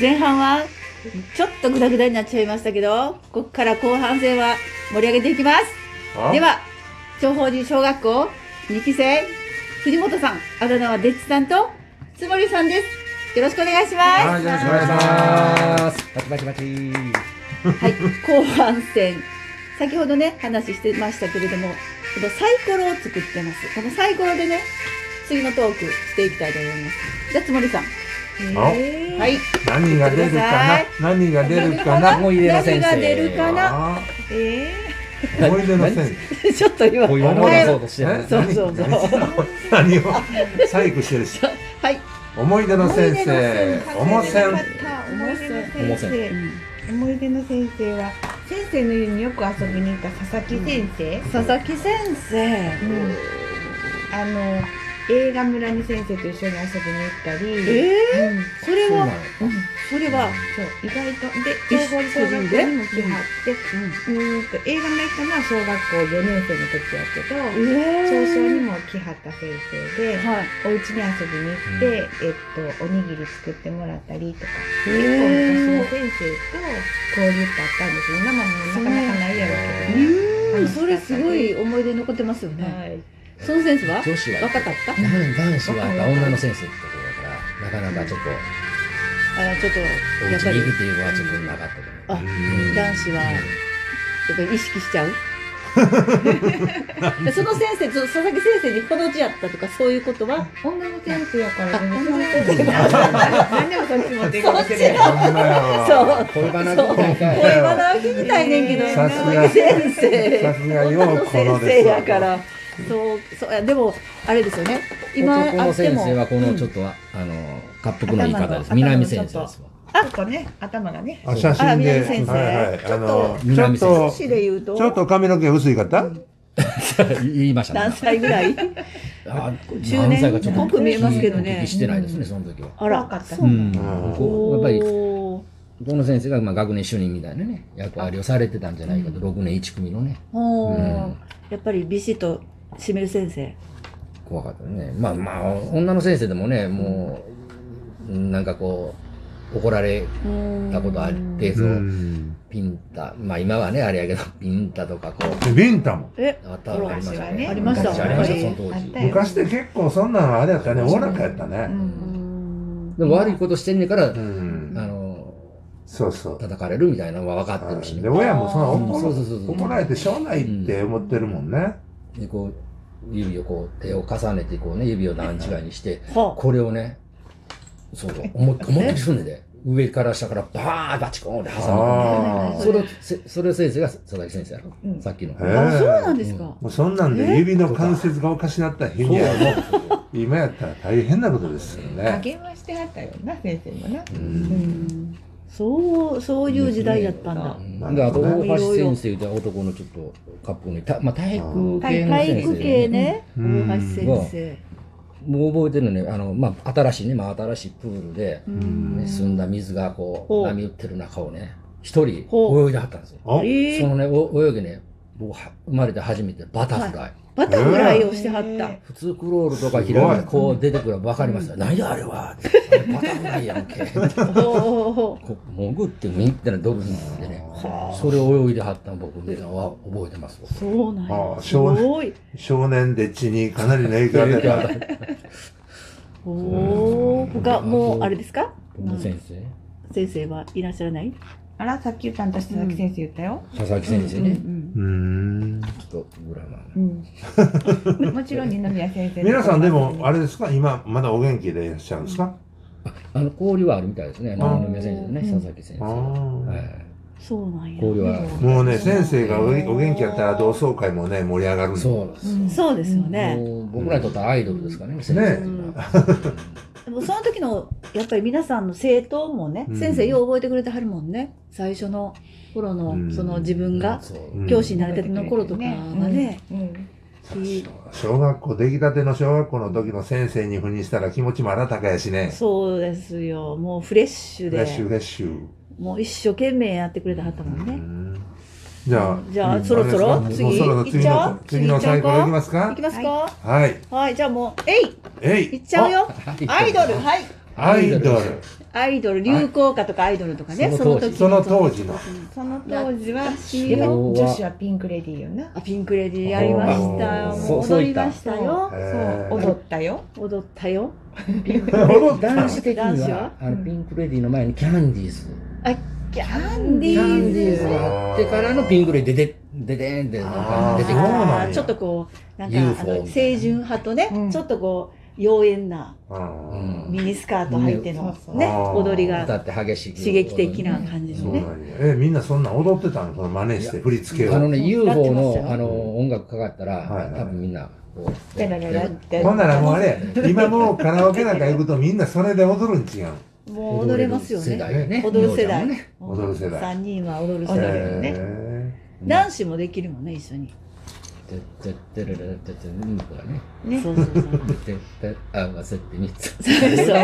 前半はちょっとグダグダになっちゃいましたけどここから後半戦は盛り上げていきますあでは長宝寺小学校2期生藤本さんあだ名はでっちさんとつもりさんですよろしくお願いしますはいよろしくお願いしますバチバチバチはい、後半戦。先ほどね、話してましたけれども、このサイコロを作ってます。このサイコロでね、次のトークしていきたいと思います。じゃあ、つもりさん。えはい。何が出るかな何が出るかな思い出の何先が出る生かなあー、えー思い出の先生 ちょっと今、思ー、思いい出は出そい、うとしてるえそうそうそう何何を細工してるしはい。思い出の先生おも思い出せんの思い出のおも先せん生思い出の先生は先生の家によく遊びに行った佐々木先生、佐々木先生。うんあの映画村に先生と一緒に遊びに行ったり、ええうんそれそうなのは、それは、そう意外とで一東方小学校にも来はってううーんと映画村行ったのは小学校4年生の時やけど、ん。え長小にも来はった先生で、はい。お家に遊びに行って、えっとおにぎり作ってもらったりとかえ結構昔の先生と交流ってあったんですよ。今もなかなかないやろうけどね。うん、それすごい思い出に残ってますよね。はい。そのセンスは女子は若かった男男子は女の先生ってことだからなかなかちょっとあちょっと、おやっ家ぱにり行くっていうのはちょっとなかったと思あううん男子はやっぱり意識しちゃ うその先生そ佐々木先生にこの字やったとかそういうことは女の先生やからあ全女の先生然。何でもそっち持っていくわけで。そんなよそう恋バナそうみたいかい声は聞きたいねんけどえー佐々木先生さすがよう女の先このです生やからそうそういやでもあれですよね今男あのって先も生はこうのんちょっとは、あの滑覆の言い方です頭の南先生ですわちょっとね、頭がね。あ写あら真南で先生はいはいあのちょ南っ先と生市で言うとちょっと髪の毛薄い方、言いました何ね歳ぐらいあ中何年歳かちょっとっぽく見えますけどねお聞きしてないですねその時はあら若かったそうなんだうん、こうやっぱりおーこの先生がまあ学年主任みたいなね役割をされてたんじゃないかと6年1組のねおーうんやっぱりビシッと締める先生怖かったねまあまあ女の先生でもねもうなんかこう怒られたことあってそううんピンタまあ今はねあれやけどピンタとかこうでビンタもえあったのありましたねありました昔ありましたその当あっ時たよ昔って結構そんなのあれやったねおおらかやったうね、ん。でも悪いことしてんねんから、うあん、のそうそう叩かれるみたいなのは分かってるし、で親もそんなうん怒そうらそうそう怒られてしょうがないって思ってるもんね、でこう指をこう手を重ねてこうね指を段違いにしてはこれをねそうそう思い思いっきりすんねんで上から下からバーバチコーンって挟むああそれをせそれを先生が佐々木先生やろ、うんさっきの。えあえあそうなんですか、もうそんなんで指の関節がおかしなった日にはもう今やったら大変なことですよね励ましてはったよな、先生もな。ううんん。そうそういう時代だったんだう。なんるであとほど大ね橋先生という男のちょっとカップのた、まあ、体育系の体先育生系で、ね、大うん橋先生。もう覚えてるのねあの、まあ、新しいね、まあ、新しいプールで、うね、澄んだ水がこほうう波打ってる中をね一人ほ泳いではったんですよおええそのねお泳ぎね僕は生まれて初めてバタフライ、バタフライをしてはった。え普通クロールとかすひごいらがなこう出てくるの分かりました、何やあれはあれバタフライやん けほうほうほこう潜ってみんなドルフィンでねそれを泳いではったの僕ねは覚えてますうそうなんあや。あす少年ごい。少年で血にかなりの影響が出たおおー、他もうあれですか？この先生先生はいらっしゃらない？あら、さっき言ったんと佐々木先生言ったよ。佐々木先生ね、ん。うんちょっとグラマーなうん。もちろん二宮先生。皆さんでもあれですか今まだお元気でいらっしゃるんですか、あの交流はあるみたいですねあ二宮先生ね佐々木先生あは、ーいそうなんや。交流はもうね先生がおお元気やったら同窓会もね盛り上がるんでそうです、うんそうですよね。もう僕らにとってはアイドルですからね、先生っていうのはでもその時のやっぱり皆さんの生徒もね、うん先生よう覚えてくれてはるもんね。最初の頃うんのその自分がそううん教師になりたての頃とかがね、うん。いい小学校出来たての小学校の時の先生に赴任したら気持ちもあらたかやしねそうですよ。もうフレッシュフで。レッシュフレッシュ、もう一生懸命やってくれてはったもんうね。んじゃあじゃうあ、んそろそろあれですかもう次、そろそろ行っ次ちゃのう次のサイコロいきます行かきますかはいはい、じゃあもう、えいえい行っちゃうよアイドルはいアイドル。アイドル流行歌とかアイドルとかねその当時時その当時の。その当時は昭和女子はピンクレディーよなあピンクレディーやりましたよあーもうそう踊りましたよへーそう踊ったよ踊ったよ 男子的男に子はは、あの、ピンクレディーの前にキャンディーズ。キャンディキャンディーーズズがあってからのピンクレディーでで、ででんって、なんか出てきあーそうなんた。やあーちょっとこうなんか UFO あの青春派とね、うんちょっとこう妖艶なうんミニスカート履いてのね、そうそうねあー踊り歌がって激しい。刺激的な感じでですすそうねなんや。え、みんなそんなん踊ってたのその真似して、振り付けあのを。ね、やってま UFO したよのあの音楽かかったらはいは、い多分みんな、こう。ララララってほんならもうあれ、今もうカラオケなんか行くとみんなそれで踊るん違う。もう踊れますよ世ね代やね。踊る世代みょうちゃ踊んもねる世代3人は踊る世踊代、るよねへ男子もできるもんね一緒に、てってってれれれってって、うんこがね。ねそうそうそうてって、合わせてみつ。そうそうそう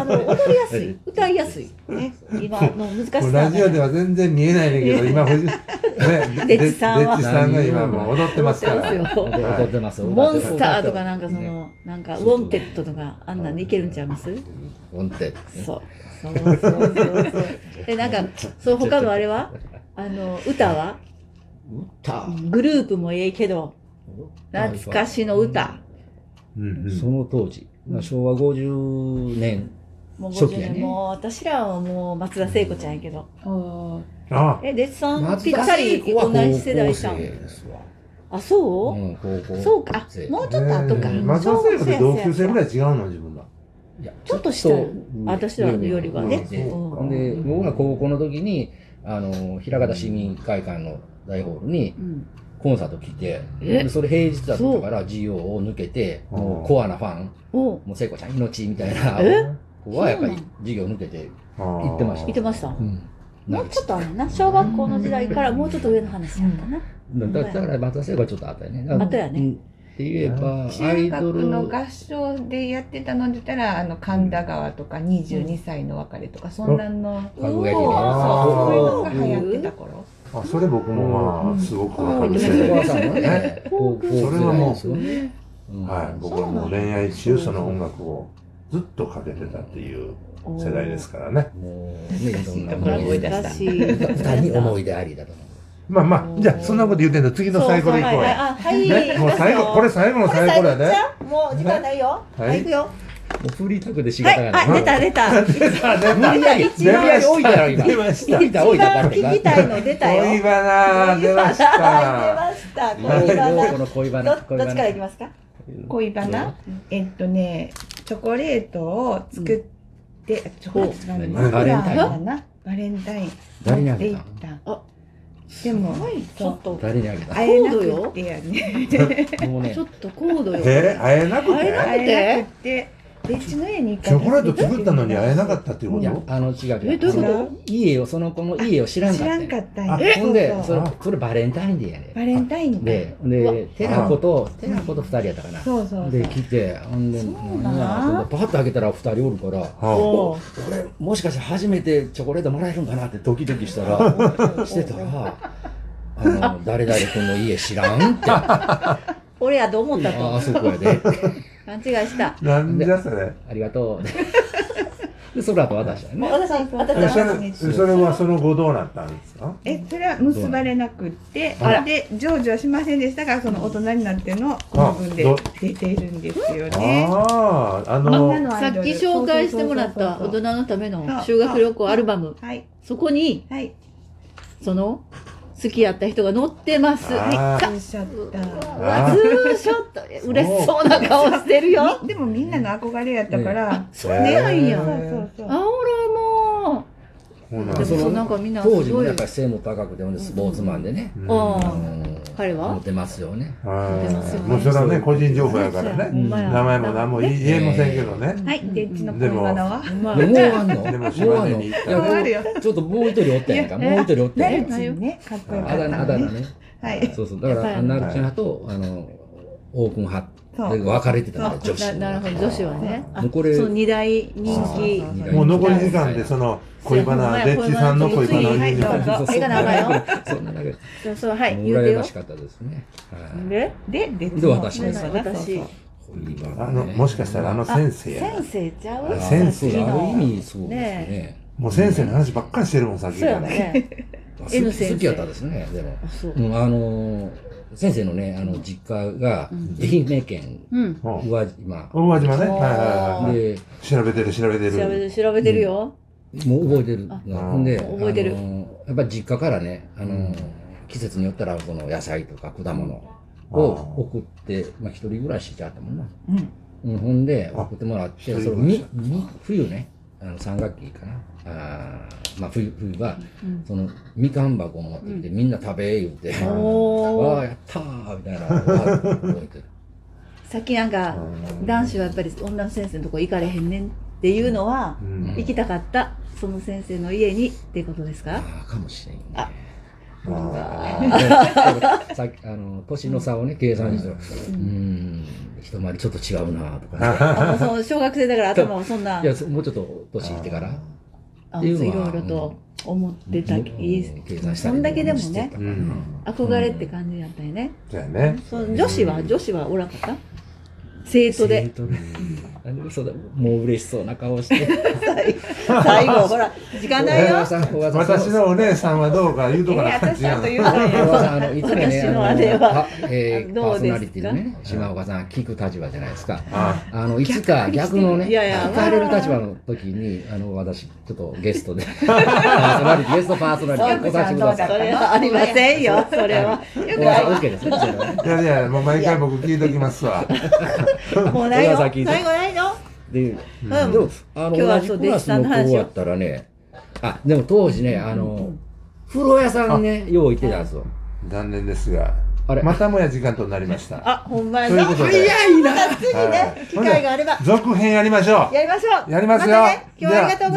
あの踊りやすい歌いやすいね今の難しさーはこれなラいジオでは全然見えないねんだけど、今、藤ね、 デッチさんはデッチさんが今もう踊ってますから。踊ってますよ踊ってます。モンスターとかなんかそね。のなんかウォンテッドとかあんなんでいけるんちゃいます音程ねそう。そうそうそうそう。え、なんか、そう、他のあれはあの、歌は歌。グループもええけど、懐かしの歌。うんうんその当時、まあ、昭和50年、もう初50期や年、ねもう私らはもう松田聖子ちゃんやけど。おあ、え、デッサンぴったり同じ世代じゃん。あ、うそん、高校うそうか。あもうちょっと後か。ねえ松田聖子って同級生ぐらい違うの自分ら。ちょっと下私らよりはね。ううんんほんで、僕ら高校の時に、あの、平方市民会館の大ホールにうんコンサート来て、えでそれ平日だったから、GO を抜けて、もうコアなファン、おうもう聖子ちゃん命みたいなえ子はやっぱり授業抜けて、行ってました見てました。うんもうちょっとあのな、小学校の時代からもうちょっと上の話やったな。だだから松田聖子はちょっとあったよね。だから後やねうんって言えば、ア中イ学ドルの合唱でやってたので言ったらあの神田川とか22歳の別れとかそんなんのかぐやそう姫あそうそういうのがー流行ってた頃あ、それ僕もまあ、すごくわかる世代お母さんもね、高校それはもう世代ですよねうんはい、僕はもう恋愛中その音楽をずっとかけてたっていう世代ですからね。もうね、いろんな懐かしいところ思い出難したしい。歌に思い出ありだとまあまあ、じゃあそんなこと言ってんだ次そうそのうサイコロ行こうはいや。あはい。ね、もう最後、これ最後のこサれイ最コ後ロやでじ。ゃあもう時間ないよ。はいはい、行くよ。もうフリータクで仕はい、あ、出た出 た。出た、出無た。理やり一番多いだろ、今。出ました。聞いた多いだろ、聞きたいの出たよ。恋バナ出まし出た。ました。こ今れはどうこなの恋バナ。どどっちからいきますか。恋バナえっとねチョコレートを作って、チョコレートなんおだバレンタインかなバレンタイン誰にあでげいったたあでもちょっと、誰にあげた会えなくってやねもうねちょ、っと高度よ。え、会えなく会えなてく会えなくってでっちの家に行チョコレート作ったのに会えなかったっていうこいやと、あの、違う違う。えどういうことあの家を、その子の家を知らん知かっらたんんかや。ったんやあほんで、そそうれ、それバレンタインデーやね。バレンタインだで、うわで、テラコと、テラコと二人やったかな。そうそうそうで、来て、ほんで、そうなんなんかパッと開けたら二人おるから、はおう俺、もしかして初めてチョコレートもらえるんかなってドキドキしたら、してたら、あの、誰々君の家知らんって、あ俺やと思ったとあ、そこやで、勘違いした。あなんじゃそれ。ありがとう。で、その後渡したよもうね。私、そうそそうれ私は。それはその後どうなったんですかえそれは結ばれなくってあらで成就はしませんでしたがその大人になっての部分であど出ているんですよね。ああ、あ女の、のアさイドっルき紹介してもらったそう大そうそうそ人うのための修学旅行アルバム、はいそこに、はい。その、好きやった人が載ってます。あツーショッうトわツーショットえ嬉しそうな顔してるよ。みでもみんなの憧れやったかあら。、そうなんえそうや。そうそう。あおらもそうなんう。でですもそなんかみんなす当時ごもい。やっぱり背も高くて、ほんでスポーツマンでね、うんああの彼はモテますよね。はいもうそれはね、個人情報やからほね。んまや名前も何も言い言えませんけどうね。んはい。でっちの恋バナは。ほんまでやもうあんの でももうあ島ん根のに行っいたらやもうあもるよ。うちょっともう一人おったやんか。もう一人おったねやっんか。ちねかっこよかあっただね。名、あだ名ね。はい。そうそう。だかやっぱら、りなるちゃんと、あの、オープン派そでう。分かれてたんだそよ、う女子ななるほど、女子はね。あもうこれその二大人気。あもう残り時間で、その恋バナ、デッチさんの恋バナを言 うはのいどうぞ手が長いよ。そんな長い。そうそう、はい、言うて羨よまし。かったですね。はいで、で、でっちでの私恋でバすナ。そうそう私。あのもしかしたらあのあ先生や先生ちゃうあ先生さっきのある意味そうですね。もう先生の話ばっかりしてるもんさっきそうかやらね好 N き先生好きやったですね、でも。あそううん、あのー先生のね、あの、実家がうん、愛媛県、うんうん宇和島。大和島ねおーはいはいはいはいで、調べてる調べて調べるて調べてるよもう覚えてる。あほんで、もう覚えてるあのーやっぱ実家からね、あのうーん季節によったら、この野菜とか果物あーを送って、まあ、一人暮らしじゃったもんな。うんうん、ほんで、あ送ってもらっ一人て、その暮らしみみ冬ね、あの、三学期かな。あーまあ、冬、冬は、うんその、みかん箱を持ってきて、みんな食べ、言うて。お わーあやったーみたいなのが覚え てるさっきなんかうん男子はやっぱり女の先生のとこ行かれへんねんっていうのはう行んきたかったその先生の家にっていうことです かああかもしれんねああーあ ーさっきあの年の差をね計算してうーん一回りちょっと違うなとか、あもうその小学生だから頭もそんなね、いやそもうちょっと年いってからあのっていいうのろはいろと思ってたうんいい計算したそりんだけでもねしてたうからん憧れって感じだったよねじゃあねその女子は女子はおらんかった生徒で生徒で なんでそうだもう嬉しそうな顔して最後ほら時間ない よさん小川さん私のお姉さんはどうか言うとかな感じやんえー私だと言う小 川さんあのいつもね私のあれはあのえーパどーうですかソナリティのね島岡さん聞く立場じゃないですかああのいつか逆のね、いやいや聞かれる立場の時に、あの私、ちょっとゲスト で、パーソナリティ、ゲストパーソナリティそう来させてください。それはありませんよそれは小川さん、OK ですね、それはね。いやいやもう毎回僕聞いときますわもうないよ小川さん聞最い後てないので、うんでも、今あ日はの、同じそうクラスの弟子さんの子話をやったらね、あ、でも当時ね、あの、風呂屋さんね、よう行ってたんですよ。残念ですがあれまたもや時間となりましたあほんまやということで早いなまた次ねはい機会があれば続編やりましょうやりましょうやりますよたね今日はありがとうございました